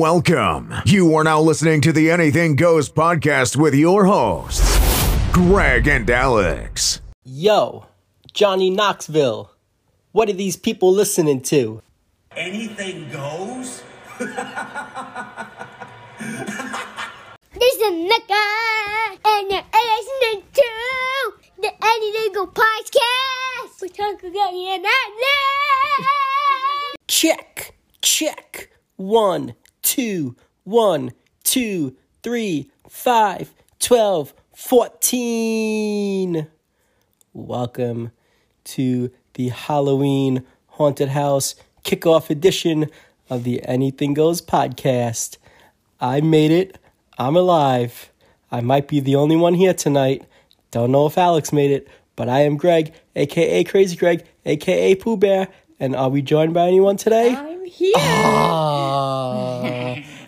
Welcome. You are now listening to the Anything Goes podcast with your hosts, Greg and Alex. Yo, Johnny Knoxville. What are these people listening to? anything goes? This is Mecca, and you're listening to the Anything Go podcast with Uncle Daddy and Alex. Check, check. One, two, one, two, three, five, twelve, fourteen. Welcome to the Halloween Haunted House kickoff edition of the Anything Goes podcast. I made it. I'm alive. I might be the only one here tonight. Don't know if Alex made it, but I am Greg, aka Crazy Greg, aka Pooh Bear. And are we joined by anyone today? I'm here.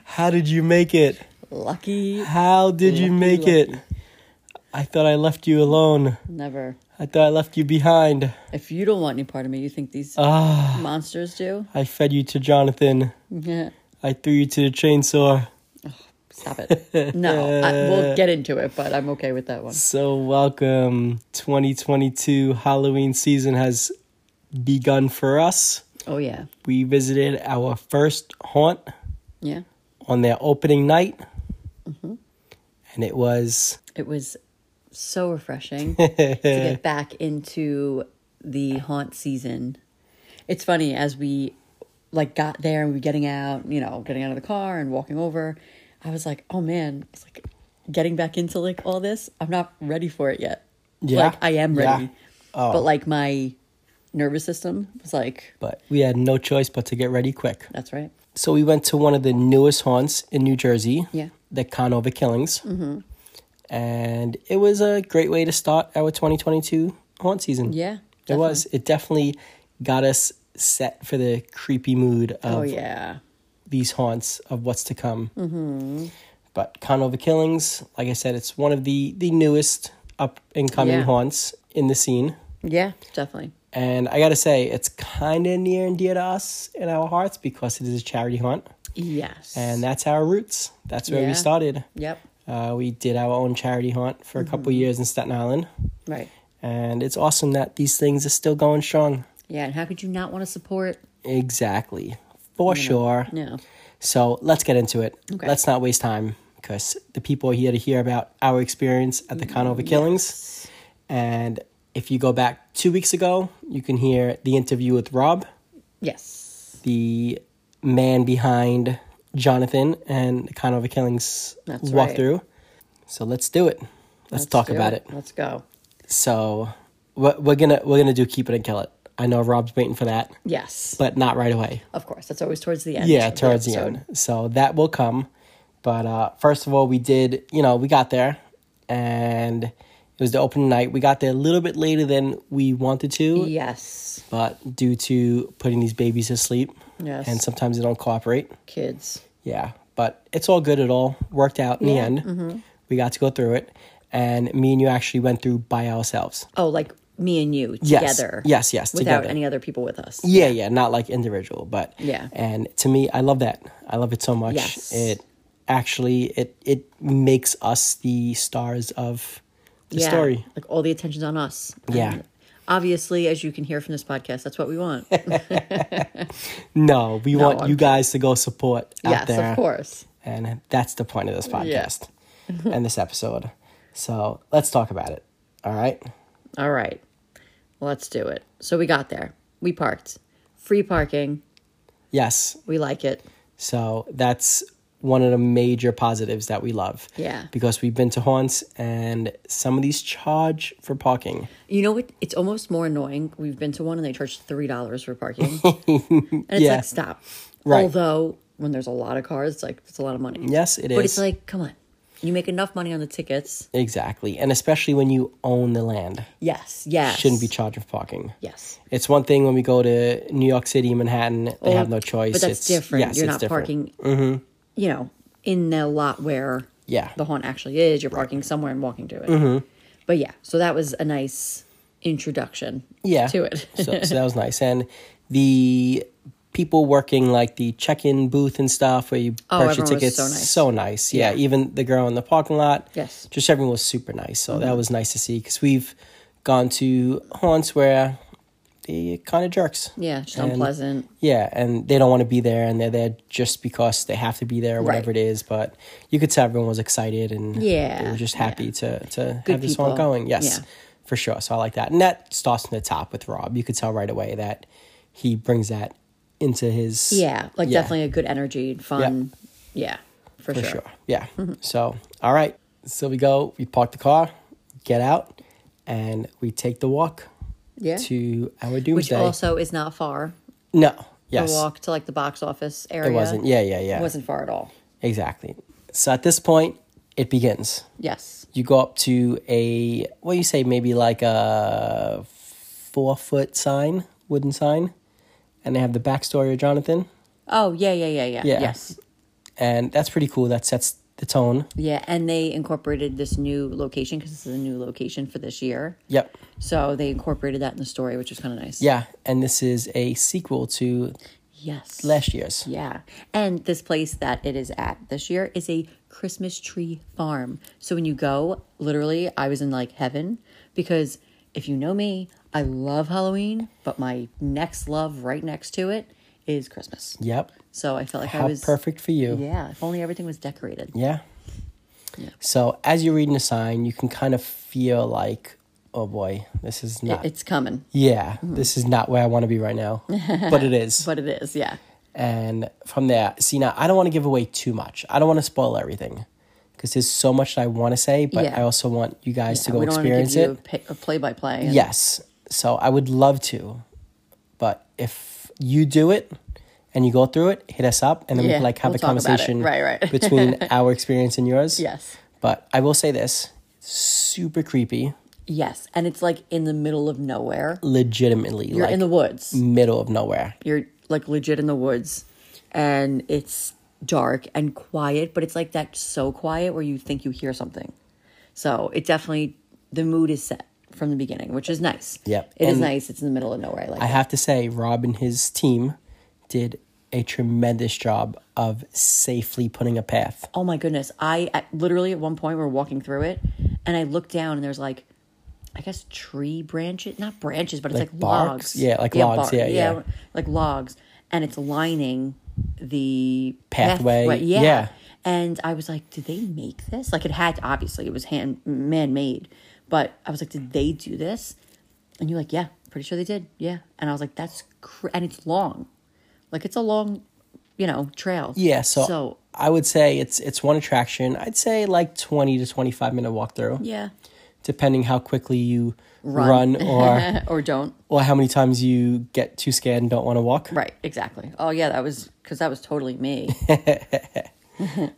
How did you make it? Lucky How did you make it? I thought I left you alone. never. I thought I left you behind. If you don't want any part of me, you think these monsters do? I fed you to Jonathan. Yeah. I threw you to the chainsaw. Stop it. No, I, we'll get into it, but I'm okay with that one. So, welcome. 2022 Halloween season has begun for us. Oh yeah, We visited our first haunt yeah. on their opening night. And it was It was so refreshing to get back into the haunt season. It's funny as we like got there and we were getting out, you know, getting out of the car and walking over. I was like, oh man, it's like getting back into like all this. I'm not ready for it yet. Yeah. like I am ready, Yeah. Oh. but like my nervous system was like, but we had no choice but to get ready quick. that's right. So we went to one of the newest haunts in New Jersey. Yeah. The Conover Killings. Mm-hmm. And it was a great way to start our 2022 haunt season. Yeah, It was. It definitely got us set for the creepy mood of Oh yeah, these haunts of what's to come. Mm-hmm. But Conover Killings, like I said, it's one of the, the newest up and coming Yeah. haunts in the scene. yeah, definitely. And I gotta say, it's kind of near and dear to us in our hearts because it is a charity haunt. Yes, And that's our roots. That's where we Yeah. started. yep, Uh, we did our own charity haunt for a Mm-hmm. couple years in Staten Island. right. And it's awesome that these things are still going strong. Yeah, and how could you not want to support? Exactly. For sure. No, So let's get into it. Okay. Let's not waste time because the people are here to hear about our experience at the Conover Mm, Killings. And if you go back two weeks ago, you can hear the interview with Rob, yes, the man behind Jonathan and the Conover Killings That's right. walkthrough. So let's do it. Let's, talk do about it. Let's go. So we're, we're gonna we're gonna do keep it and kill it. I know Rob's waiting for that, Yes, but not right away. of course. That's always towards the end. Yeah, of towards the episode. end. So that will come. But uh, first of all, we did, you know, we got there and it was the opening night. We got there a little bit later than we wanted to, Yes, but due to putting these babies to sleep Yes. and sometimes they don't cooperate. kids. Yeah, but it's all good. It all worked out in the end. Mm-hmm. We got to go through it. And me and you actually went through by ourselves. Oh, like me and you Yes, together. yes, yes, Without together. any other people with us. Yeah, yeah, not like individual, but Yeah. And to me, I love that. I love it so much. Yes. It actually it it makes us the stars of the Yeah, story. Like all the attention's on us. Yeah. And obviously, as you can hear from this podcast, that's what we want. No, we want I'm you kidding. guys to go support out yes, there. of course. And that's the point of this podcast and this episode. So let's talk about it. All right. All right. Let's do it. So we got there. We parked. Free parking. Yes. We like it. So that's one of the major positives that we love. Yeah. Because we've been to haunts and some of these charge for parking. You know what? It's almost more annoying. We've been to one and they charge $3 for parking. and it's Yeah. like, stop. Right. Although, when there's a lot of cars, it's like, it's a lot of money. Yes, it But is. it's like, come on. You make enough money on the tickets. Exactly. And especially when you own the land, Yes. Yes. shouldn't be charged with parking. Yes. It's one thing when we go to New York City, Manhattan, they Oh, have no choice. But that's it's, different. yes, You're it's not different. Mm-hmm. parking, you know, in the lot where Yeah. Mm-hmm. the haunt actually is. You're parking somewhere and walking to it. But yeah, so that was a nice introduction yeah. to it. so, so that was nice. And the people working like the check-in booth and stuff where you Oh, purchase everyone was tickets. so nice. nice. Yeah, Yeah. even the girl in the parking lot. Yes. Mm-hmm. just everyone was super nice. So that was nice to see because we've gone to haunts where they kind of jerks. Yeah, just And- unpleasant. Yeah, and they don't want to be there, and they're there just because they have to be there, or whatever Right. it is. But you could tell everyone was excited and they Yeah, were just happy to to Good have this one people. going. Yes, Yeah. for sure. So I like that, and that starts from the top with Rob. You could tell right away that he brings that into his Yeah, like definitely a good energy and fun. Yeah, for, for sure. Mm-hmm. sure. Yeah. So all right, so we go, we park the car, get out, and we take the walk Yeah, to our which doomsday. also is not far. no. Yes. The walk to like the box office area. It wasn't. Yeah. Yeah. Yeah. wasn't far at all. Exactly. So at this point, it begins. Yes. You go up to a what do you say, maybe like a four foot sign, wooden sign, and they have the backstory of Jonathan, Oh yeah, yeah, yeah, yeah. Yeah. Yes. and that's pretty cool. That sets the tone. Yeah, and they incorporated this new location because this is a new location for this year. Yep. So they incorporated that in the story, which was kind of nice. Yeah, and this is a sequel to Yes. last year's. Yeah. And this place that it is at this year is a Christmas tree farm. So when you go, literally, I was in like heaven because if you know me, I love Halloween, but my next love right next to it is Christmas. Yep. So I felt like I How was perfect for you. Yeah, if only everything was decorated. Yeah. So as you're reading the sign, you can kind of feel like, oh boy, this is It- Mm-hmm. not. It's coming, yeah, this is not where I want to be right now, but it is. but it is, yeah. And from there, see now, I don't want to give away too much. I don't want to spoil everything because there's so much that I want to say, but Yeah. I also want you guys to we go don't wanna experience give you it. a pa- a play by play. Yes. So I would love to, but if you do it and you go through it, hit us up and then we Yeah, can like have the we'll talk about it. conversation Right, right. between our experience and yours. Yes. But I will say this super creepy, Yes. And it's like in the middle of nowhere. legitimately, You're like in the woods. middle of nowhere. you're like legit in the woods and it's dark and quiet but it's like that so quiet where you think you hear something so it definitely the mood is set from the beginning which is nice Yep. It is And- nice it's in the middle of nowhere I like I it. have to say, Rob and his team did a tremendous job of safely putting a path. oh my goodness i at, literally at one point we were walking through it and i looked down and there's like i guess tree branches not branches but it's Like like, barks? logs Yeah, like logs, yeah, yeah. like logs and it's lining the Pathway, yeah. yeah. and i was like did they make this like it had obviously it was hand man-made but i was like did they do this and you're like yeah pretty sure they did yeah and i was like that's cr-. and it's long like it's a long you know trail Yeah, so, so I would say it's it's one attraction. I'd say like twenty to twenty five minute walkthrough, yeah depending how quickly you run, or or don't. or how many times you get too scared and don't want to walk. Right, exactly. Oh yeah, that was because that was totally me.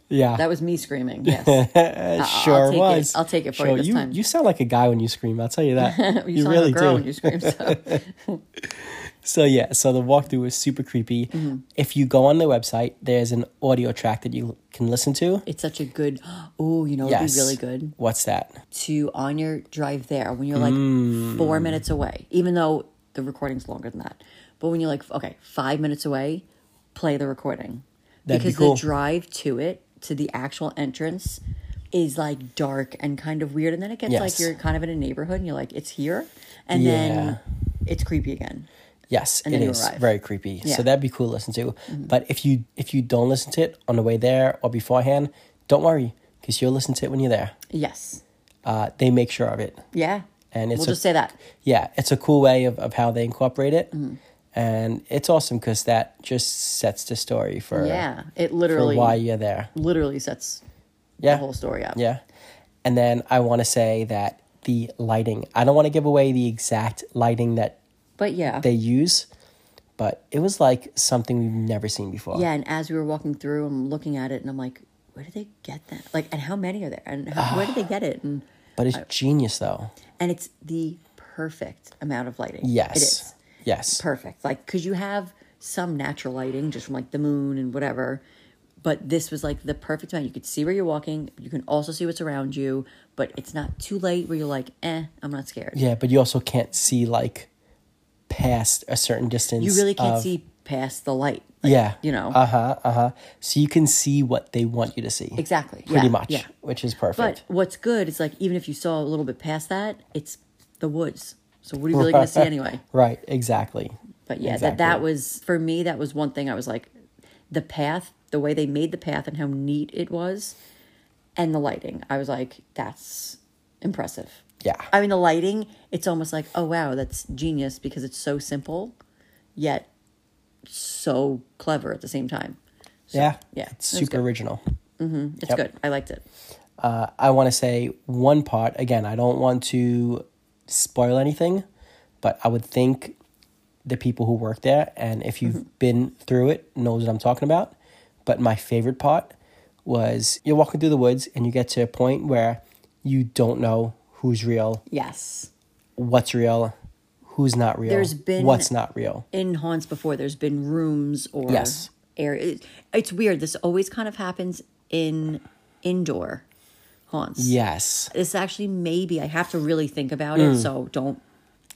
Yeah, That was me screaming. Yes, I- sure I'll take it- was. I'll take it for you Sure, this you, time. You sound like a guy when you scream. I'll tell you that. you, you sound like really a girl do. when you scream. So. So yeah, so the walkthrough was super creepy. Mm-hmm. If you go on their website, there's an audio track that you can listen to. it's such a good. Oh, you know, it'd be really good What's that? to on your drive there when you're like four minutes away. Even though the recording's longer than that, but when you're like okay, five minutes away, play the recording That'd be because cool. the drive to it to the actual entrance is like dark and kind of weird, and then it gets Yes. like you're kind of in a neighborhood and you're like it's here, and Yeah. then it's creepy again. Yes, And it then you is arrive. very creepy. Yeah. Mm-hmm. So that'd be cool to listen to. But if you if you don't listen to it on the way there or beforehand, don't worry because you'll listen to it when you're there. Yes. Uh, they make sure of it, Yeah. and it's we'll a- just say that. yeah, it's a cool way of, of how they incorporate it, Mm-hmm. and it's awesome because that just sets the story for Yeah. It for literally why you're there. literally sets Yeah, the whole story up. Yeah. And then I want to say that the lighting, I don't want to give away the exact lighting that But yeah. they use, but it was like something we've never seen before. yeah, and as we were walking through, I'm looking at it and I'm like, where did they get that? Like and how many are there? And how, where did they get it? And But it's genius though. and it's the perfect amount of lighting. Yes. It is. Yes. Perfect. Like cuz you have some natural lighting just from like the moon and whatever. But this was like the perfect amount. You could see where you're walking. You can also see what's around you, but it's not too late where you're like, eh, I'm not scared. yeah, but you also can't see like past a certain distance. You really can't of- see past the light. yeah. you know. Uh huh. Uh huh. So you can see what they want you to see. Exactly. Pretty Yeah, much. yeah. Which is But perfect. what's good is like even if you saw a little bit past that, it's the woods. So what are you really going to see anyway? right. Exactly. But yeah, that Exactly. that was for me. That was one thing I was like, the path, the way they made the path, and how neat it was, and the lighting. I was like, that's impressive. Yeah. I mean, the lighting. It's almost like, oh wow, that's genius because it's so simple, yet so clever at the same time. yeah. yeah, It's it was super good. original. It's good. I liked it. I want to say one part again. I don't want to spoil anything, but I would think the people who work there, and if you've Mm-hmm. been through it, knows what I'm talking about. But my favorite part was you're walking through the woods and you get to a point where you don't know who's real, Yes. what's real, who's not real, There's been- what's not real. in haunts before there's been rooms or Yes. area it- it's weird this always kind of happens in indoor haunts Yes. this actually maybe i have to really think about it Mm. so don't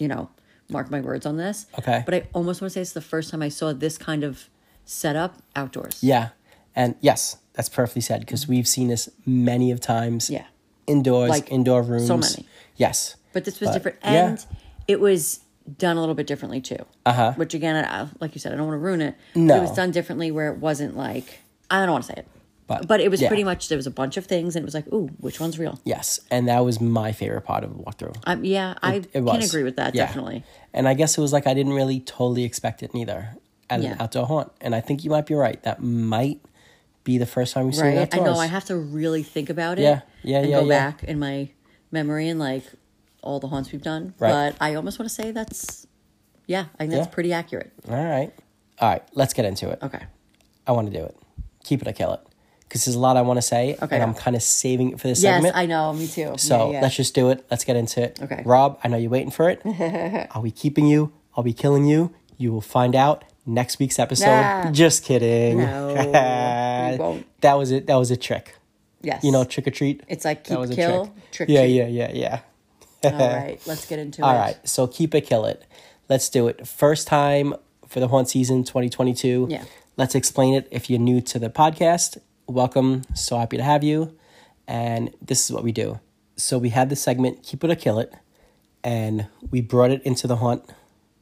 you know mark my words on this Okay. but i almost want to say it's the first time i saw this kind of setup outdoors Yeah. And yes, that's perfectly said because we've seen this many of times. Yeah. Indoors, Like, indoor so rooms. many. Yes. but this was But, different yeah. and it was done a little bit differently too uh-huh which again I, I- like you said i don't want to ruin it but No. it was done differently where it wasn't like i don't want to say it But- it was yeah. pretty much there was a bunch of things and it was like ooh which one's real Yes, and that was my favorite part of the walkthrough. Um, yeah, I It can was. agree with that Yeah. definitely. And I guess it was like I didn't really totally expect it neither at Yeah. an outdoor haunt. And I think you might be right. That might be the first time we've seen it Right? I outdoors. know I have to really think about it. Yeah, yeah, and yeah, go yeah. back in my memory and like all the haunts we've done. Right. But I almost want to say that's yeah, I think that's Yeah. pretty accurate. All right, all right. Let's get into it. Okay. I want to do it. Keep it or kill it. Because there's a lot I want to say, Okay. and I'm kind of saving it for this Yes, segment. I know, me too. Yeah, So yeah. let's just do it. Let's get into it. Okay. Rob, I know you're waiting for it. Are we keeping you? Are we killing you? You will find out next week's episode. Nah. Just kidding. No, we won't. That was it. That was a trick. Yes. You know, trick or treat. It's like That keep, was a kill, trick, yeah, treat. yeah, yeah, yeah. all right, let's get into All it. right. So keep it, kill it. Let's do it. First time for the haunt season 2022. Yeah. Let's explain it. If you're new to the podcast, welcome. So happy to have you. And this is what we do. So we had the segment Keep It or Kill It, and we brought it into the haunt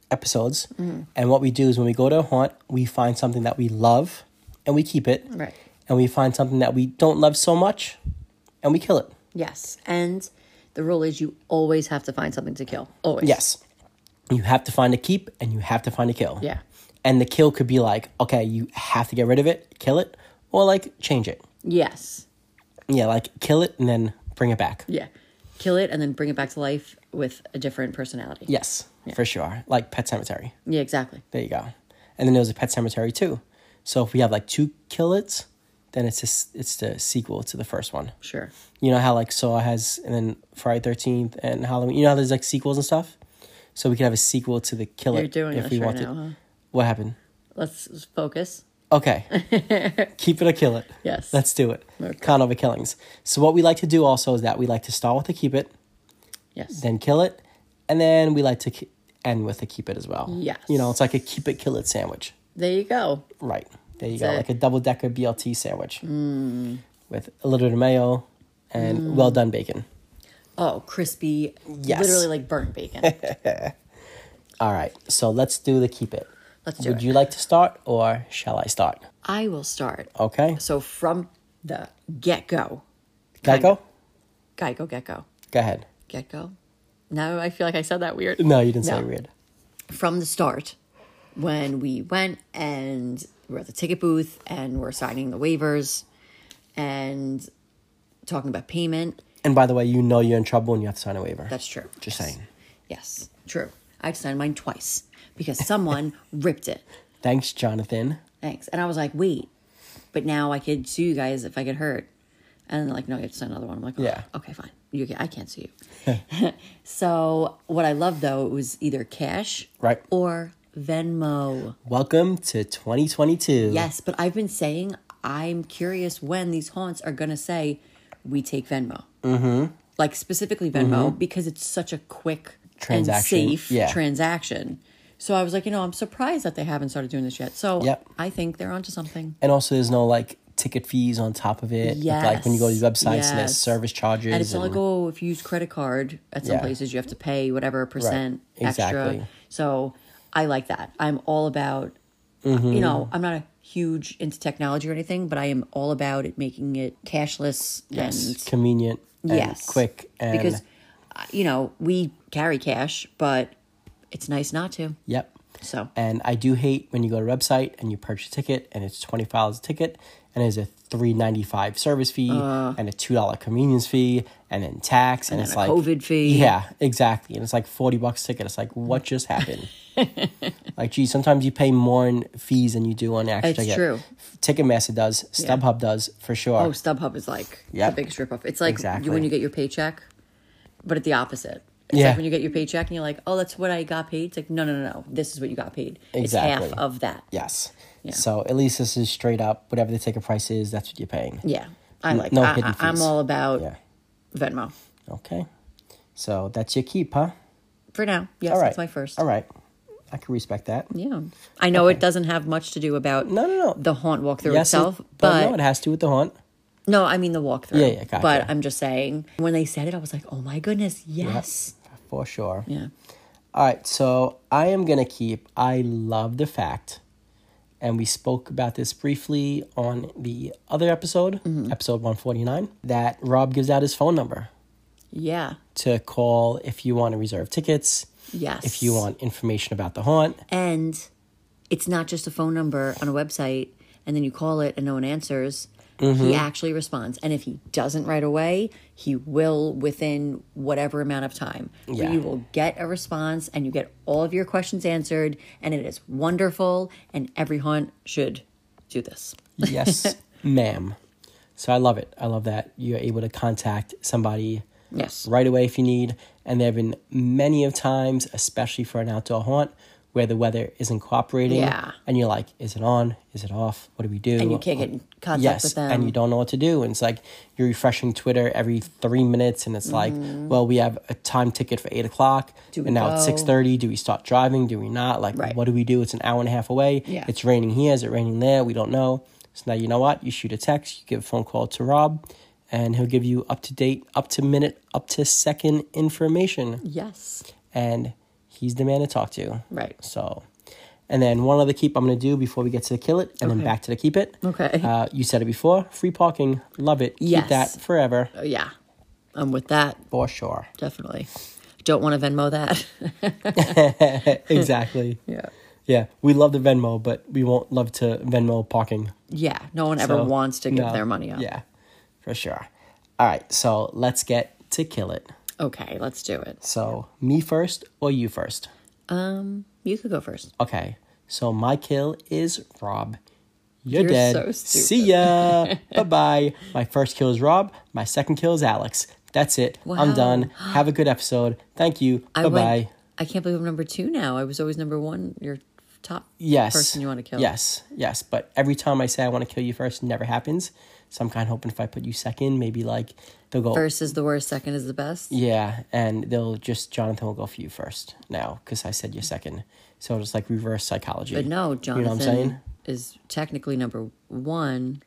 episodes. Mm-hmm. And what we do is when we go to a haunt, we find something that we love and we keep it. Right. And we find something that we don't love so much and we kill it. Yes. And the rule is you always have to find something to kill. Always. Yes. You have to find a keep and you have to find a kill. Yeah. And the kill could be like, okay, you have to get rid of it, kill it, or like change it. Yes. Yeah, like kill it and then bring it back. Yeah. Kill it and then bring it back to life with a different personality. Yes, for sure. Like Pet Cemetery. Yeah, exactly. There you go. And then there was a Pet Cemetery too. So if we have like two kill it's, then it's just, it's the sequel to the first one. Sure. You know how like Saw has and then Friday Thirteenth and Halloween. You know how there's like sequels and stuff. So we could have a sequel to the kill You're it doing if this we right wanted. now, huh? What happened? Let's focus. Okay. Keep it or kill it. Yes. Let's do it. Okay. Con over killings. So what we like to do also is that we like to start with a keep it, Yes. then kill it, and then we like to ke- end with a keep it as well. Yes. You know, it's like a keep it kill it sandwich. there you go. Right. There you That's go. it. Mm. Like a double decker BLT sandwich with a little bit of mayo and well done bacon. Oh, crispy. Yes. Literally like burnt bacon. All right. So let's do the keep it. Let's do Would it. you like to start or shall I start? I will start. Okay. So from the get go, Can I go? Geico, get go, Go ahead. get go. Now I feel like I said that weird. No, you didn't say No. weird. From the start, when we went and we're at the ticket booth and we're signing the waivers and talking about payment. And by the way, you know you're in trouble and you have to sign a waiver. That's true. Just Yes. saying. Yes, true. I've signed mine twice because someone ripped it. Thanks, Jonathan. Thanks. And I was like, wait, but now I could sue you guys if I get hurt. And they're like, no, you have to send another one. I'm like, oh, Yeah. okay, fine. You, I can't sue you. so what I love though, it was either cash Right. or Venmo. Welcome to 2022. Yes, but I've been saying I'm curious when these haunts are gonna say we take Venmo. Mm-hmm. Like specifically Venmo because it's such a quick Mm-hmm. Transaction. and safe Yeah. transaction. So I was like, you know, I'm surprised that they haven't started doing this yet. So Yep. I think they're onto something. And also, there's no like ticket fees on top of it. Yes. Like when you go to these websites, and there's yes. service charges. And it's not like, oh, if you use credit card at some Yeah. places, you have to pay whatever percent Exactly. extra. So I like that. I'm all about, Mm-hmm. you know, I'm not a huge into technology or anything, but I am all about it making it cashless yes, and convenient. and yes, quick and because uh, you know we carry cash, but it's nice not to. yep. So And I do hate when you go to a website and you purchase a ticket and it's twenty five dollars a ticket and there's a three ninety five service fee and a two dollar convenience fee and then tax and, Uh. And it's like then a COVID fee. Yeah, exactly. And it's like forty bucks a ticket. It's like what just happened? like, geez, sometimes you pay more in fees than you do on actual It's ticket. true. Ticketmaster does, StubHub does for sure. oh, StubHub is like Yep. the big strip off. It's like Exactly. you, when you get your paycheck, but at the opposite. It's Yeah. like when you get your paycheck and you're like, oh, that's what I got paid. It's like, no, no, no, no. This is what you got paid. Exactly. It's half of that. Yes. Yeah. So at least this is straight up. Whatever the ticket price is, that's what you're paying. Yeah. I N- like no I, hidden I, I'm fees. all about Yeah. Venmo Okay. So that's your keep, huh? for now. Yes, All right. that's my first. All right. I can respect that. Yeah. I know it doesn't have much to do about No, no, no. the haunt walkthrough Yes, it- itself, but, but no, it has to with the haunt. No, I mean the walkthrough. Yeah, yeah, gotcha. But I'm just saying, when they said it, I was like, oh my goodness, yes. For sure. Yeah. All right. So I am going to keep. I love the fact, and we spoke about this briefly on the other episode, Mm-hmm. episode 149, that Rob gives out his phone number Yeah. to call if you want to reserve tickets, Yes. if you want information about the haunt. And it's not just a phone number on a website and then you call it and no one answers. Mm-hmm. He actually responds. And if he doesn't right away, he will within whatever amount of time. Yeah. But you will get a response and you get all of your questions answered. And it is wonderful. And every haunt should do this. Yes, ma'am. So I love it. I love that you're able to contact somebody Yes. right away if you need. And there have been many of times, especially for an outdoor haunt, where the weather isn't cooperating. Yeah. And you're like, is it on? Is it off? What do we do? And you can't get in contact yes, with them. and you don't know what to do. And it's like you're refreshing Twitter every three minutes, and it's like, well, we have a time ticket for eight o'clock, Mm-hmm. Do we and now it's go? six thirty. Do we start driving? Do we not? Like, Right. what do we do? It's an hour and a half away. Yeah. It's raining here. Is it raining there? We don't know. So now you know what? You shoot a text. You give a phone call to Rob, and he'll give you up to date, up to minute, up to second information. Yes. And he's the man to talk to. Right. So, and then one other keep I'm going to do before we get to the kill it, and then Okay. back to the keep it. Okay. Uh, you said it before. Free parking, love it. Keep Yes. that forever Oh, Yeah. I'm with that. for sure. Definitely. Don't want to Venmo that. exactly. Yeah. Yeah, we love the Venmo, but we won't love to Venmo parking. Yeah. No one ever So, wants to give no, their money up. Yeah, for sure. All right, so let's get to kill it. Okay. Let's do it. So me first or you first? Um, you could go first. Okay. So my kill is Rob. You're, You're dead. so stupid. See ya. bye bye. My first kill is Rob. My second kill is Alex. That's it. I'm Wow. done. Have a good episode. Thank you. I Bye bye. went, I can't believe I'm number two now. I was always number one. Your top Yes. person you want to kill. Yes. Yes. But every time I say I want to kill you first, it never happens. So I'm kind of hoping if I put you second, maybe like they'll go. First is the worst. Second is the best. Yeah, and they'll just Jonathan will go for you first now because I said you're second. So it's like reverse psychology. But no, Jonathan You know what I'm saying? is technically number one.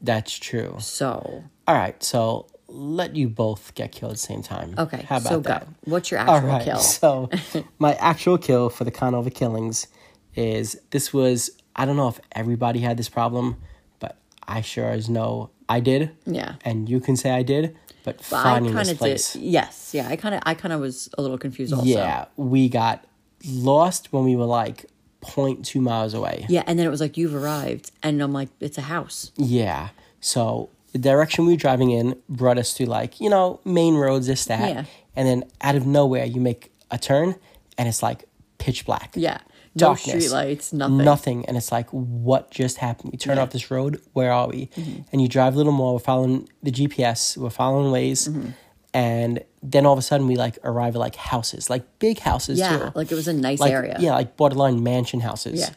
That's true. So All right, so let you both get killed at the same time. okay. how about so that? go. What's your All actual right, kill? so my actual kill for the Conova killings is this was I don't know if everybody had this problem, but I sure as know I did. Yeah. and you can say I did, but But finding I this kind of place. did. Yes. Yeah. I kind of. I kind of was a little confused. Also. Yeah, we got lost when we were like 0.2 miles away. Yeah, and then it was like you've arrived, and I'm like, it's a house. Yeah. So the direction we were driving in brought us to like, you know, main roads, this, that. Yeah. And then out of nowhere, you make a turn and it's like pitch black. Yeah, no Darkness. street lights, nothing. Nothing. And it's like, what just happened? We turn Yeah. Mm-hmm. off this road. Where are we? And you drive a little more. We're following the GPS. We're following ways. Mm-hmm. And then all of a sudden, we like arrive at like houses, like big houses Yeah, too. like it was a nice like, area. Yeah, like borderline mansion houses. Yeah.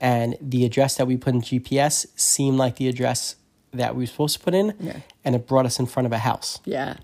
And the address that we put in GPS seemed like the address that we were supposed to put in. Yeah. And it brought us in front of a house. Yeah,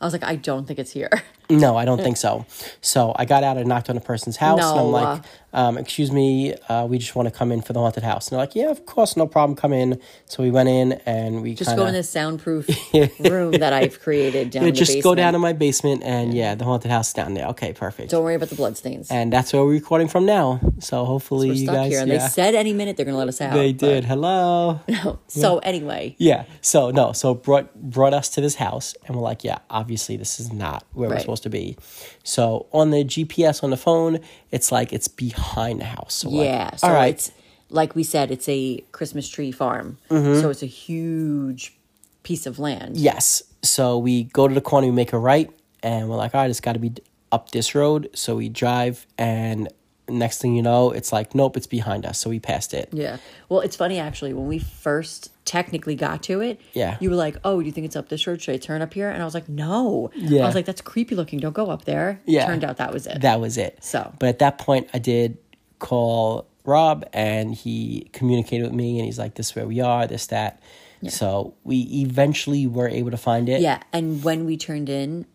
I was like, I don't think it's here. No, I don't think so. So I got out and knocked on a person's house, and I'm No, like, um, "Excuse me, uh, we just want to come in for the haunted house." And they're like, "Yeah, of course, no problem, come in." So we went in and we Just kinda, go in this soundproof room that I've created down Yeah, in the just basement. go down in my basement, and yeah, the haunted house down there. Okay, perfect. Don't worry about the bloodstains. and that's where we're recording from now. So hopefully We're you stuck guys, here, and yeah, they said any minute they're going to let us out. They but- did. Hello. So anyway, Yeah. So no. So it brought brought us to this house, and we're like, yeah, obviously this is not where we're Right. supposed to be. So on the GPS on the phone, it's like it's behind the house. So we're like, yeah. So all right. it's like we said, it's a Christmas tree farm. Mm-hmm. So it's a huge piece of land. yes. So we go to the corner, we make a right, and we're like, all right, it's got to be d- up this road. So we drive, and next thing you know, it's like, nope, it's behind us. So we passed it. Yeah. Well, it's funny actually. When we first technically got to it, Yeah. you were like, "Oh, do you think it's up this road? Should I turn up here?" And I was like, "No." Yeah. I was like, "That's creepy looking. Don't go up there." Yeah. Turned out that was it. That was it. So. but at that point, I did call Rob, and he communicated with me, and he's like, "This is where we are. This that." So we eventually were able to find it. yeah. And when we turned in,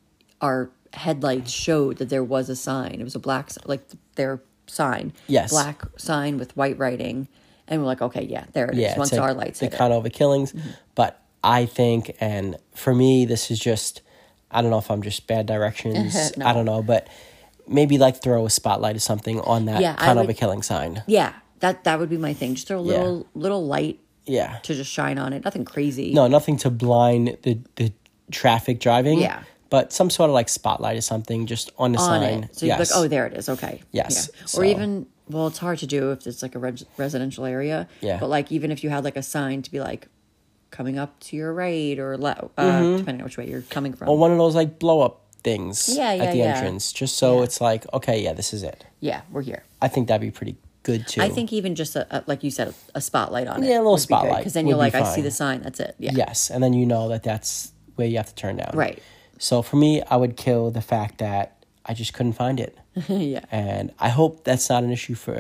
our headlights showed that there was a sign. It was a black, s- like their sign. Yes. Black sign with white writing, and we're like, "Okay, yeah, there it is." yeah. it's Once like our lights the hit it. Mm-hmm. Conova killings, but I think, and for me, this is just. I don't know if I'm just bad directions. No. I don't know, but maybe like throw a spotlight or something on that Yeah, I kind of a would- killing sign. Yeah. That that would be my thing. Just throw a Yeah. little little light Yeah. to just shine on it. Nothing crazy. No, nothing to blind the the traffic driving. Yeah. But some sort of like spotlight or something just on the on sign. it. So you're like, oh, there it is. Okay. Yes. Yeah. So- Or even, well, it's hard to do if it's like a res- residential area. Yeah. But like, even if you had like a sign to be like, coming up to your right or left, uh, Mm-hmm. depending on which way you're coming from. Or one of those like blow up things Yeah, at yeah, the yeah. entrance, just so it's like, okay, yeah, this is it. yeah, we're here. I think that'd be pretty good too. I think even just a, a like you said, a spotlight on it. Yeah, a little spotlight Because then would you're be like, I see fine. the sign. That's it. Yeah. yes, and then you know that that's where you have to turn down. Right. So for me, I would kill the fact that I just couldn't find it, yeah. and I hope that's not an issue for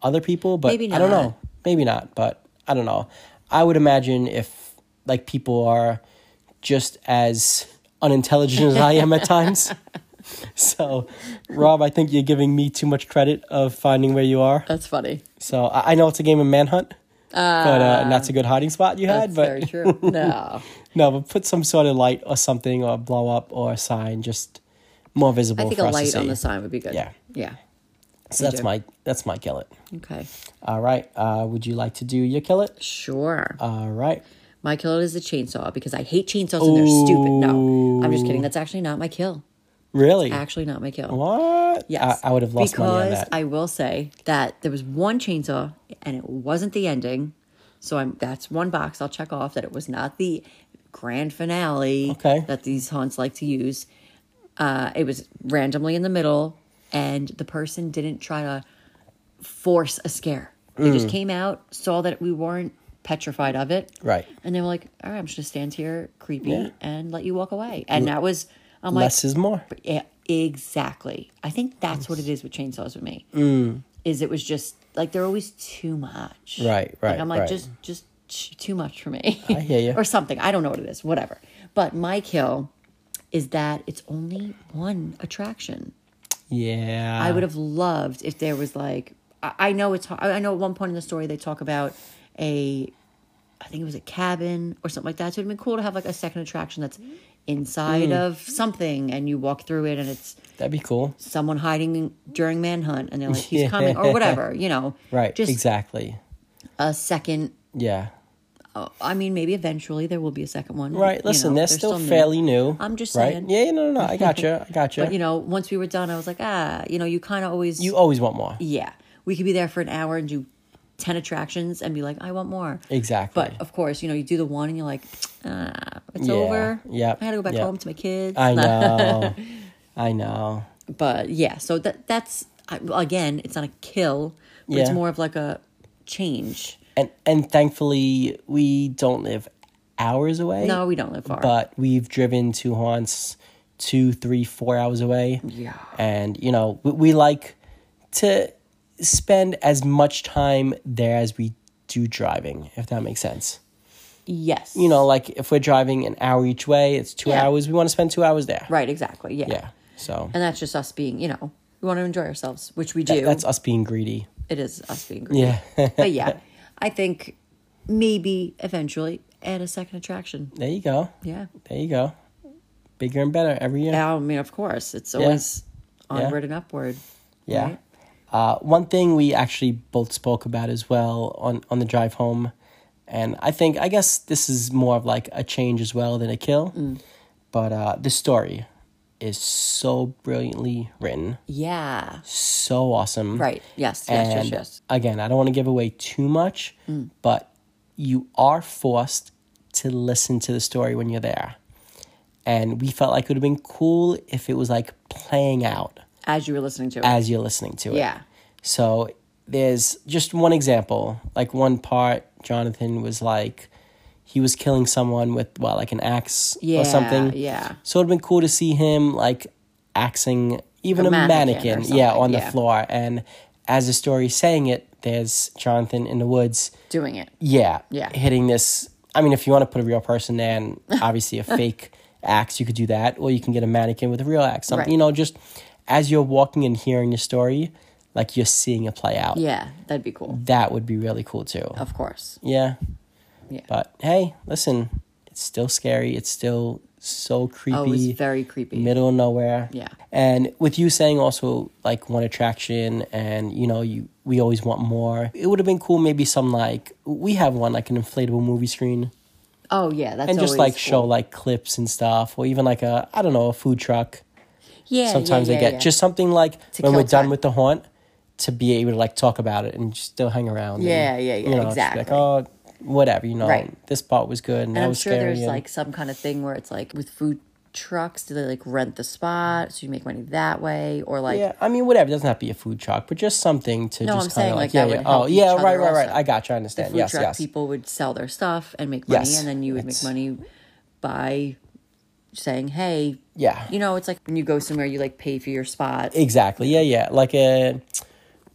other people. But Maybe I don't not. know. Maybe not. But I don't know. I would imagine if like people are just as unintelligent as I am at times. So, Rob, I think you're giving me too much credit of finding where you are. That's funny. So I, I know it's a game of manhunt, but uh, and that's a good hiding spot you That's had. But very true. No. no, but put some sort of light or something, or blow up or a sign, just more visible I think for a us to light see. on the sign would be good. Yeah. Yeah. so that's do. my that's my kill it. Okay. All right, uh, would you like to do your kill it? Sure. All right, My kill is the chainsaw because I hate chainsaws and they're stupid. No, I'm just kidding. That's actually not my kill. really? Actually, not my kill. What? Yes, I, I would have lost because money on that. I will say that there was one chainsaw and it wasn't the ending, so I'm that's one box I'll check off that it was not the grand finale. Okay. that these haunts like to use. Uh, it was randomly in the middle, and the person didn't try to force a scare. They just Mm. came out, saw that we weren't petrified of it, Right. And they were like, "All right, I'm just gonna stand here, creepy, and let you walk away." And that was, I'm like, Less is more. yeah, E, exactly. I think that's what it is with chainsaws with me. Mm. Is it was just like they're always too much. Right, right, Like I'm like right. just just ch- too much for me. I hear ya. or something. I don't know what it is. Whatever. But my kill is that it's only one attraction. Yeah, I would have loved if there was like I, I know it's I I know at one point in the story they talk about a I think it was a cabin or something like that. So it'd been cool to have like a second attraction that's inside Mm. of something and you walk through it and it's That'd be cool. someone hiding during manhunt and they're like he's Yeah. coming or whatever you know Right. just exactly. a second Yeah. uh, i mean maybe eventually there will be a second one Right. you Listen, know, they're, still, new. fairly new. I'm just right? saying. Yeah. No. No. No. I got you. I got you. but you know once we were done i was like ah you know you kind of always you always want more. yeah we could be there for an hour and do 10 attractions and be like i want more Exactly. but of course you know you do the one and you're like ah, it's Yeah, over yep, i gotta go back yep. home to my kids I know. I know. but yeah so that that's I- again it's not a kill but it's Yeah. more of like a change And and thankfully we don't live hours away. no we don't live far But we've driven to haunts two, three, four hours away. Yeah. And you know we, we like to spend as much time there as we do driving, if that makes sense. Yes. You know, like if we're driving an hour each way, it's two Yeah. hours. We want to spend two hours there. Right, exactly. Yeah. Yeah. So And that's just us being, you know, we want to enjoy ourselves, which we do. that- that's us being greedy. it is us being greedy. Yeah. but yeah, I think maybe eventually add a second attraction. there you go. Yeah. There you go. Bigger and better every year. I mean, of course, it's always Yeah. onward and upward. Yeah. right? Uh, one thing we actually both spoke about as well on, on the drive home, and I think, I guess this is more of like a change as well than a kill, Mm. but uh, the story is so brilliantly written, Yeah. so awesome. Right. Yes. Yes. and yes. Yes. Mm. Again, I don't want to give away too much, but you are forced to listen to the story when you're there. And we felt like it would have been cool if it was like playing out As you were listening to it. as you're listening to it. Yeah. So there's just one example, like one part Jonathan was like he was killing someone with well, like an axe Yeah, or something. yeah. So it'd been cool to see him like axing even A a, mannequin mannequin, or yeah, something, on the yeah. floor. And as the story's saying it, there's Jonathan in the woods. doing it. Yeah. Yeah. Hitting this. I mean, if you want to put a real person there and obviously a fake axe, you could do that. Or you can get a mannequin with a real axe. Something, Right. You know, just as you're walking and hearing the story, like you're seeing it play out. Yeah. That'd be cool. That would be really cool too. Of course. Yeah. Yeah. But hey, listen, it's still scary. It's still so creepy. Oh, it was very creepy. Middle of nowhere. Yeah. And with you saying also like one attraction and you know, you we always want more. It would have been cool maybe some like we have one like an inflatable movie screen. Oh yeah. That's And just always like cool. show like clips and stuff, or even like a I don't know, a food truck. Uh, Yeah. yeah, Sometimes yeah, they get yeah. just something like To when kill we're done time. with the haunt to be able to like talk about it and just still hang around. and, Yeah, yeah, yeah, you know, just be exactly. like, oh, whatever, you know, Right. this part was good and, that And I'm was sure scary. there's and- like some kind of thing where it's like with food trucks, do they like rent the spot so you make money that way, or like yeah, I mean, whatever. It doesn't have to be a food truck, but just something to No, I'm just kind saying, of like, like, that yeah, would yeah. help oh, each yeah, other right, right, right. also. I got you. I the understand. food Yes, truck yes. people would sell their stuff and make money, Yes, and then you would it's- make money by saying, "Hey, Yeah. you know, it's like when you go somewhere, you like pay for your spot." Exactly. Yeah, yeah. Like a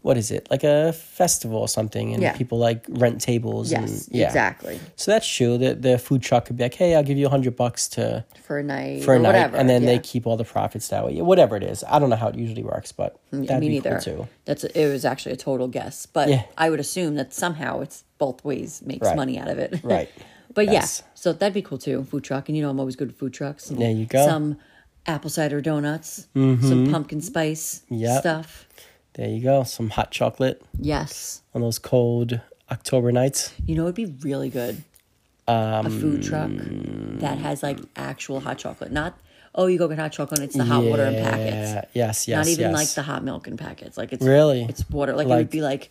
what is it? Like a festival or something, and Yeah. people like rent tables. yes, and, yeah. exactly So that's true. The the food truck could be like, hey, I'll give you a hundred bucks to for a night for or a night, whatever, and then yeah. they keep all the profits that way. Yeah, Whatever it is, I don't know how it usually works, but that'd Me be neither. cool too. That's it was actually a total guess, but Yeah. I would assume that somehow it's both ways makes Right. money out of it. Right. But Yes. yeah, so that'd be cool too. Food truck, and you know I'm always good at food trucks. And There you go. Mm-hmm. Some apple cider donuts, some pumpkin spice Yep. stuff. There you go. Some hot chocolate Yes, on those cold October nights. you know it'd be really good. a food truck that has like actual hot chocolate, not oh you go get hot chocolate. and It's the hot water in Yeah. packets, Yes. Yes. not even yes. like the hot milk in packets. Like it's Really? it's water. Like, it would Like- be like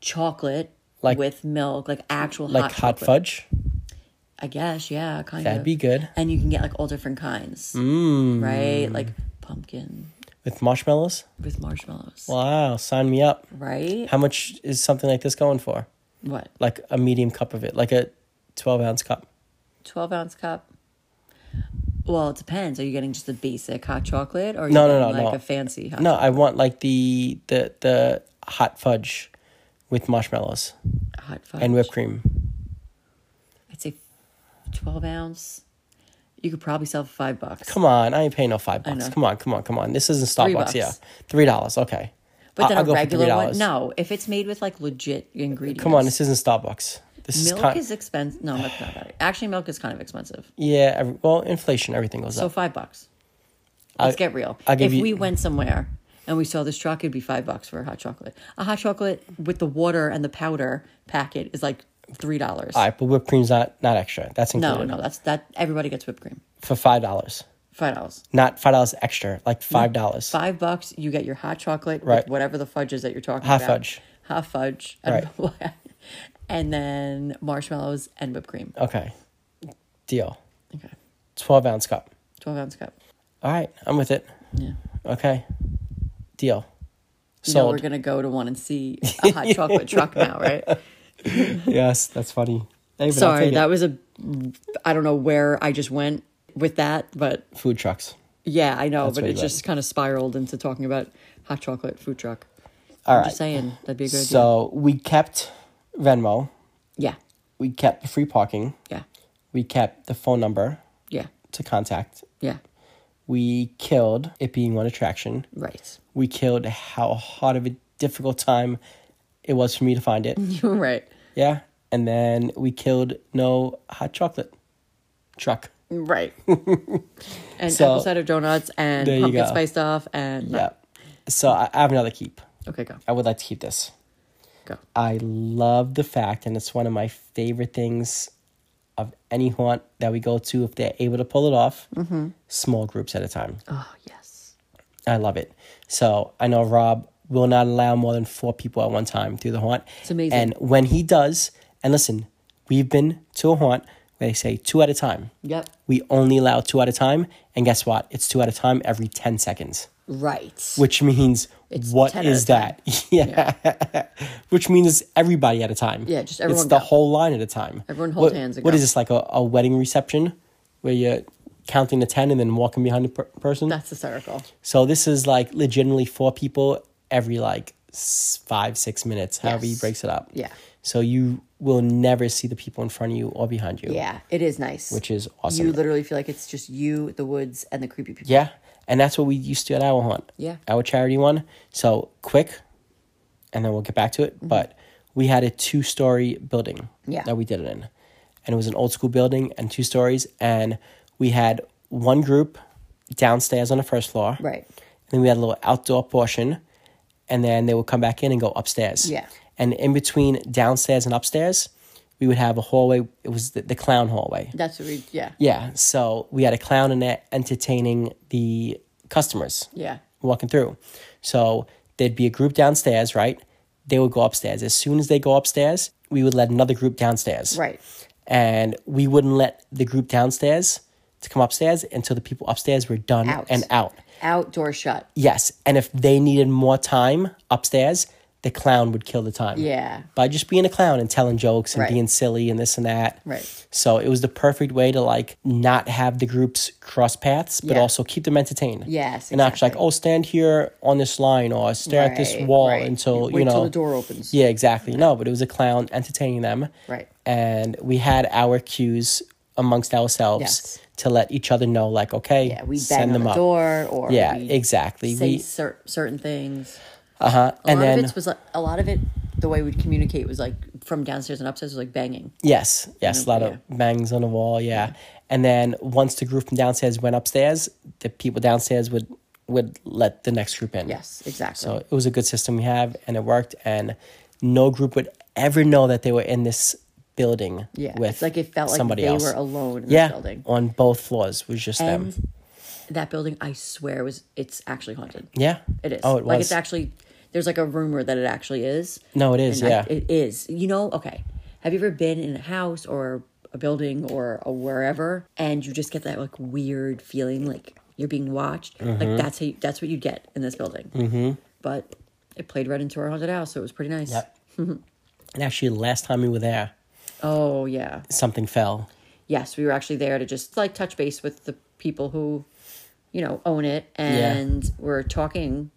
chocolate. Like- with milk, like actual like hot, hot chocolate. fudge. I guess, yeah, kind That'd of. be good and you can get like all different kinds, mm. right? Like pumpkin with marshmallows. with marshmallows, Wow, sign me up. right? How much is something like this going for? what Like a medium cup of it, like a twelve ounce cup. twelve ounce cup? Well, it depends. Are you getting just the basic hot chocolate, or are you No, no, getting no, like no. a fancy? Hot No, I want like the the the hot fudge with marshmallows hot fudge. and whipped cream. I'd say twelve ounce. You could probably sell for five bucks. Come on, I ain't paying no five know. bucks. Come on, come on, come on. This isn't Starbucks. Three bucks. Yeah, three dollars. Okay, but I'll- then a I'll go for regular one, $3. no. If it's made with like legit ingredients, Come on, this isn't Starbucks. This milk is, kind is expensive. No, milk's not that. Actually, milk is kind of expensive. yeah. Every, well, inflation, everything goes So up. five bucks. Let's I- get real. I'll give if you- we went somewhere and we saw this truck, it'd be five bucks for a hot chocolate. A hot chocolate with the water and the powder packet is like three dollars. All right, but whipped cream's not not extra. That's included. No, no, that's that. Everybody gets whipped cream. for five dollars, Five dollars. not five dollars extra, like Mm-hmm. five dollars. Five bucks. You get your hot chocolate with Right. whatever the fudge is that you're talking Hot about. fudge. Hot fudge. I don't know why. And then marshmallows and whipped cream. Okay, deal. Okay, Twelve ounce cup. twelve ounce cup. All right, I'm with it. Yeah. Okay, deal. You know Sold. we're gonna go to one and see a hot chocolate truck now, right? yes, that's funny. Hey, but I'll Sorry, take it. that was a. I don't know where I just went with that, but food trucks. yeah, I know, but where it you just kind of spiraled into talking about hot chocolate food truck. All Just right. saying that'd be a good idea. So we kept Venmo. Yeah, we kept free parking. Yeah. We kept the phone number Yeah. to contact. Yeah. We killed it being one attraction. Right. We killed how hard of a difficult time it was for me to find it. You were right. yeah. And then we killed no hot chocolate truck. Right. and So- apple cider donuts and There you pumpkin go. spice stuff and Yeah. So I, I have another keep. Okay, go. I would like to keep this. Go. I love the fact, and it's one of my favorite things of any haunt that we go to if they're able to pull it off, small groups at a time. Oh yes. I love it. So I know Rob will not allow more than four people at one time through the haunt. It's amazing. And when he does, and listen, we've been to a haunt where they say two at a time. Yep. We only allow two at a time, and guess what? It's two at a time every 10 seconds Right. which means It's what 10 at a is that? Yeah. which means everybody at a time. Yeah, just everyone It's the go. whole line at a time. Everyone hold holds hands and What go. is this like a, a wedding reception where you're counting the 10 and then walking behind the per- person? That's hysterical. so this is like legitimately four people every like s- five, six minutes, however he Yes. breaks it up. Yeah. So you will never see the people in front of you or behind you. Yeah, it is nice. Which is awesome. You literally feel like it's just you, the woods, and the creepy people. Yeah, and that's what we used to at our hunt. Yeah. our charity one. So quick, and then we'll get back to it. But we had a two-story building. Mm-hmm. Yeah. that we did it in, and it was an old-school building and two stories, and we had one group downstairs on the first floor. Right. And then we had a little outdoor portion, and then they would come back in and go upstairs. Yeah. And in between downstairs and upstairs, we would have a hallway. It was the, the clown hallway. That's what we yeah. Yeah, so we had a clown in there entertaining the customers. Yeah. Walking through. So there'd be a group downstairs, right? They would go upstairs. As soon as they go upstairs, we would let another group downstairs. Right. And we wouldn't let the group downstairs to come upstairs until the people upstairs were done Out. and out. Outdoor shut. Yes. And if they needed more time upstairs, the clown would kill the time. Yeah. By just being a clown and telling jokes and Right. being silly and this and that. Right. So it was the perfect way to like not have the groups cross paths, but Yeah. also keep them entertained. Yes, And not just like, exactly. oh, stand here on this line or stare at this Right, wall right. until, Wait you know. till the door opens. Yeah, exactly. No, but it was a clown entertaining them. Right. And we had our cues amongst ourselves Yes. to let each other know, like, okay, Yeah, we bang send on them the up. door or Yeah, we exactly. say We, cer- certain things. A and lot then of it was like, a lot of it. The way we'd communicate was like from downstairs and upstairs was like banging. Yes, yes, a lot of bangs on the wall, yeah. And then once the group from downstairs went upstairs, the people downstairs would would let the next group in. Yes, exactly. So it was a good system we have, and it worked. And no group would ever know that they were in this building. yeah, with it's like it felt like somebody they else. were alone in yeah, the building. on both floors was just And them. that building, I swear, was it's actually haunted. Yeah, It is. Oh, it like was. it's actually there's like a rumor that it actually is. No, it is, And I- yeah. it is. You know, okay. Have you ever been in a house or a building or a wherever and you just get that like weird feeling like you're being watched? Uh-huh. Like that's how you, that's what you get in this building. Mm-hmm. But it played right into our haunted house, so it was pretty nice. Yep. and actually, last time we were there, Oh yeah. something fell. Yes, we were actually there to just like touch base with the people who, you know, own it and we're talking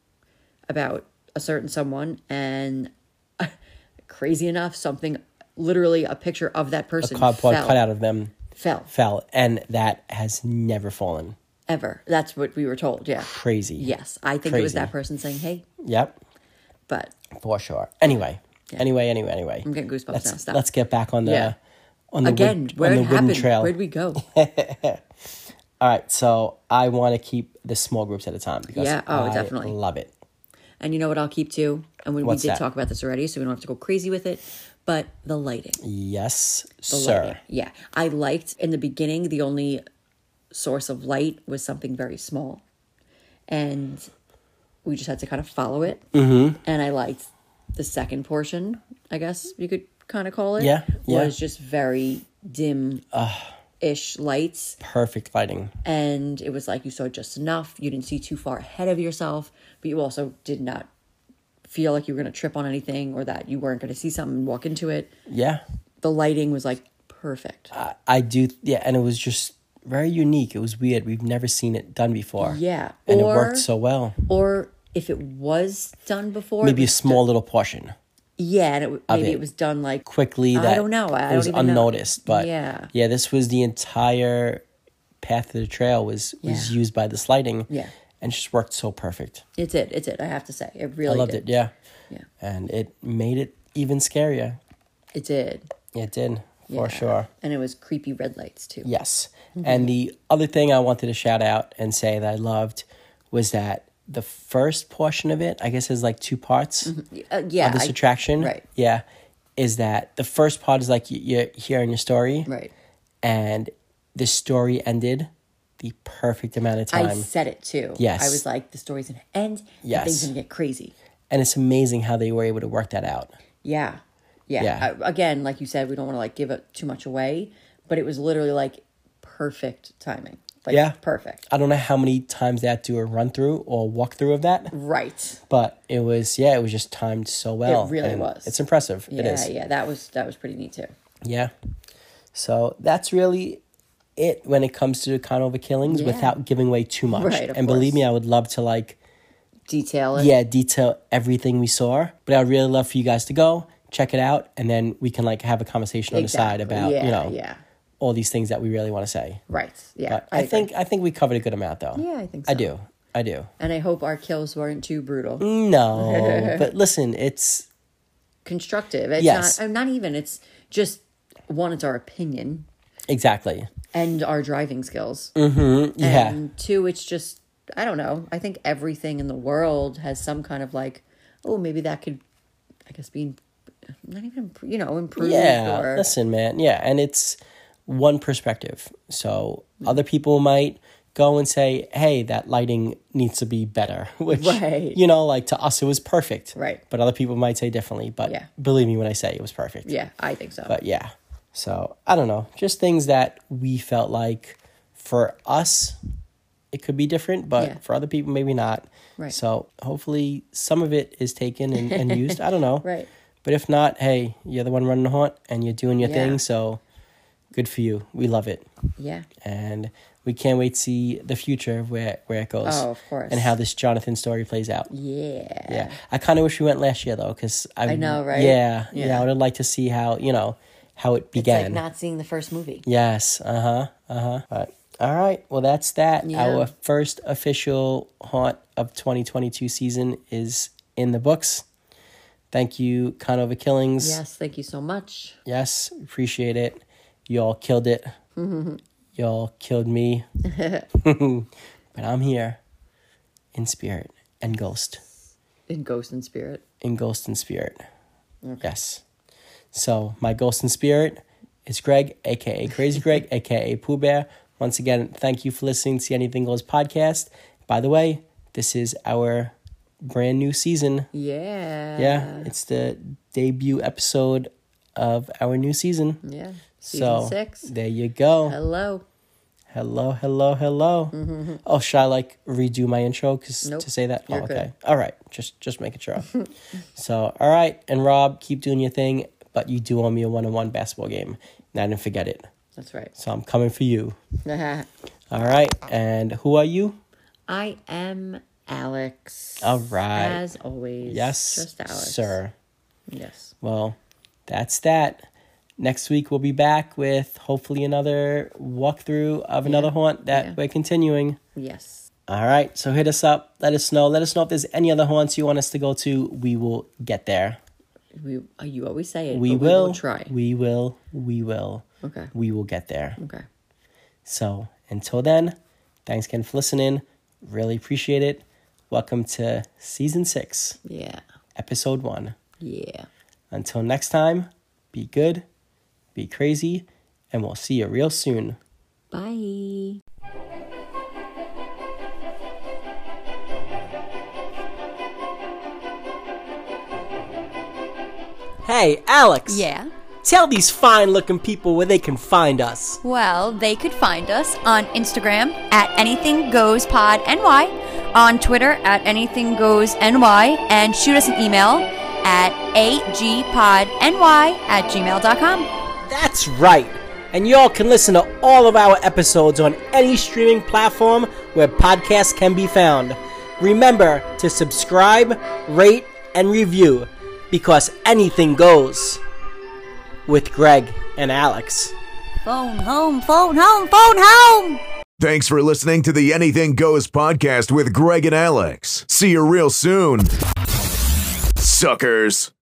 about a certain someone and crazy enough something literally a picture of that person Cardboard fell, cut out of them fell fell, and that has never fallen. ever that's what we were told yeah Crazy. yes i think it was Crazy. that person saying hey Yep. but For sure. Anyway, anyway, anyway, anyway. i'm getting goosebumps now Let's, stop let's get back on the Yeah. on the again wood, where on the it wooden happened trail. where'd we go All right, so I want to keep the small groups at a time because Yeah, oh, I definitely. love it. and you know what i'll keep too and we, we What's did that? talk about this already so we don't have to go crazy with it but the lighting Yes, the sir. lighting. Yeah. I liked in the beginning the only source of light was something very small. And we just had to kind of follow it. Mm-hmm. And I liked the second portion, I guess you could kind of call it. Yeah, yeah. Was just very dim ish lights. Perfect lighting. And it was like you saw just enough. You didn't see too far ahead of yourself, but you also did not feel like you were going to trip on anything or that you weren't going to see something and walk into it. Yeah, The lighting was like perfect. I, I do. Yeah, and it was just very unique. It was weird. We've never seen it done before. Yeah, and it or- worked so well. or if it was done before, Maybe a it was small little portion. yeah, and it, w- maybe it. it. was done like quickly I that don't know. I it was don't even know. unnoticed. But Yeah. yeah, this was the entire path of the trail was was Yeah. used by this lighting. Yeah. and just worked so perfect. It's it. It's it. I have to say, it I really. loved did. it. Yeah, Yeah. and it made it even scarier. It did It did for Yeah. Mm-hmm. sure. and it was creepy red lights too. Yes. And the other thing I wanted to shout out and say that I loved was that the first portion of it, I guess, is like two parts uh, yeah. of this I- attraction. right. Yeah. Is that the first part is like you- you're hearing your story. Right. And the story ended the perfect amount of I time. said it too. Yes. I was like, the story's gonna end. Yeah, Yes. things gonna get crazy. and it's amazing how they were able to work that out. Yeah. Yeah. Yeah. I- again, like you said, we don't want to like give it too much away, but it was literally like perfect timing. Like Yeah. Uh, perfect. I don't know how many times they had to do a run through or walk through of that, Right. but it was, yeah, it was just timed so well. really and was. It's impressive. it yeah, is. yeah. That was that was pretty neat too. Yeah. So that's really it when it comes to the Conover killings Yeah. without giving away too much. Right, of and believe course. me, I would love to like Detail it. yeah, detail everything we saw, but I would really love for you guys to go check it out and then we can like have a conversation on Exactly. the side about, Yeah, you know, yeah. all these things that we really want to say. Right. Yeah. But I, agree. think I think we covered a good amount though. Yeah, I think I so. do. I do. and I hope our kills weren't too brutal. Mm. No, but listen, it's Constructive. It's Yes. not I'm not even it's just one, it's our opinion exactly. and our driving skills. Mm-hmm. Yeah. And two, it's just I don't know. I think everything in the world has some kind of like, oh, maybe that could, I guess, be not even you know improved. Yeah, or, listen, man. Yeah, and it's one perspective. So Mm-hmm. other people might go and say, "Hey, that lighting needs to be better," which Right. you know, like to us, it was perfect. Right. But other people might say differently. But Yeah. believe me when I say it was perfect. Yeah, I think so. But yeah, so I don't know, just things that we felt like for us. It could be different, but Yeah. for other people, maybe not. Right. So hopefully, some of it is taken and, and used. I don't know. Right. But if not, hey, you're the one running the haunt and you're doing your Yeah. thing, so good for you. We love it. yeah, And we can't wait to see the future of where, where it goes. Oh, of course. And how this Jonathan story plays out. yeah, Yeah. I kind of wish we went last year, though, because I, I know, right? Yeah, yeah. Yeah. I would have liked to see how, you know, how it It's like began. not seeing the first movie. yes. Uh huh. Uh huh. But. All right. Well, that's that. Yeah. Our first official haunt of 2022 season is in the books. Thank you, Conover Killings. Yes, thank you so much. Yes, appreciate it. Y'all killed it. Y'all killed me. but I'm here in spirit and ghost. In Ghost and Spirit, In ghost and spirit. Yes. So, my ghost and spirit is Greg, aka Crazy Greg, aka Pooh Bear. Once again, thank you for listening to the Anything Goes podcast. By the way, this is our brand new season. yeah, Yeah, it's the debut episode of our new season. yeah. Season so six. there you go. Hello. Hello, hello, hello. Oh, should I like redo my intro? Cause Mm-hmm. Nope, to say that. you're oh, good. okay. All right. Just just making sure. so, all right. And Rob, keep doing your thing, but you do owe me a one on one basketball game, and I didn't forget it. That's right. So I'm coming for you. All right. And who are you? I am Alex. All right. As always. Yes, Just Alex. sir. Yes. Well, that's that. Next week we'll be back with hopefully another walkthrough of another haunt that Yeah. we're continuing. Yes. All right, so hit us up. Let us know. Let us know if there's any other haunts you want us to go to. We will get there. We. You always say it. We, but will. We will try. We will. We will. Okay. We will get there. Okay. So until then, thanks again for listening. Really appreciate it. Welcome to season six, Yeah. episode one. Yeah. Until next time, be good, be crazy, and we'll see you real soon. Bye. Hey, Alex! Yeah. Tell these fine looking people where they can find us. Well, they could find us on Instagram at anything goes pod ny, on Twitter at anything goes ny, and shoot us an email at agpodny at gmail.com. That's right. And y'all can listen to all of our episodes on any streaming platform where podcasts can be found. Remember to subscribe, rate, and review. because anything goes with Greg and Alex. Phone home, phone home, phone home. Thanks for listening to the Anything Goes podcast with Greg and Alex. See you real soon. Suckers.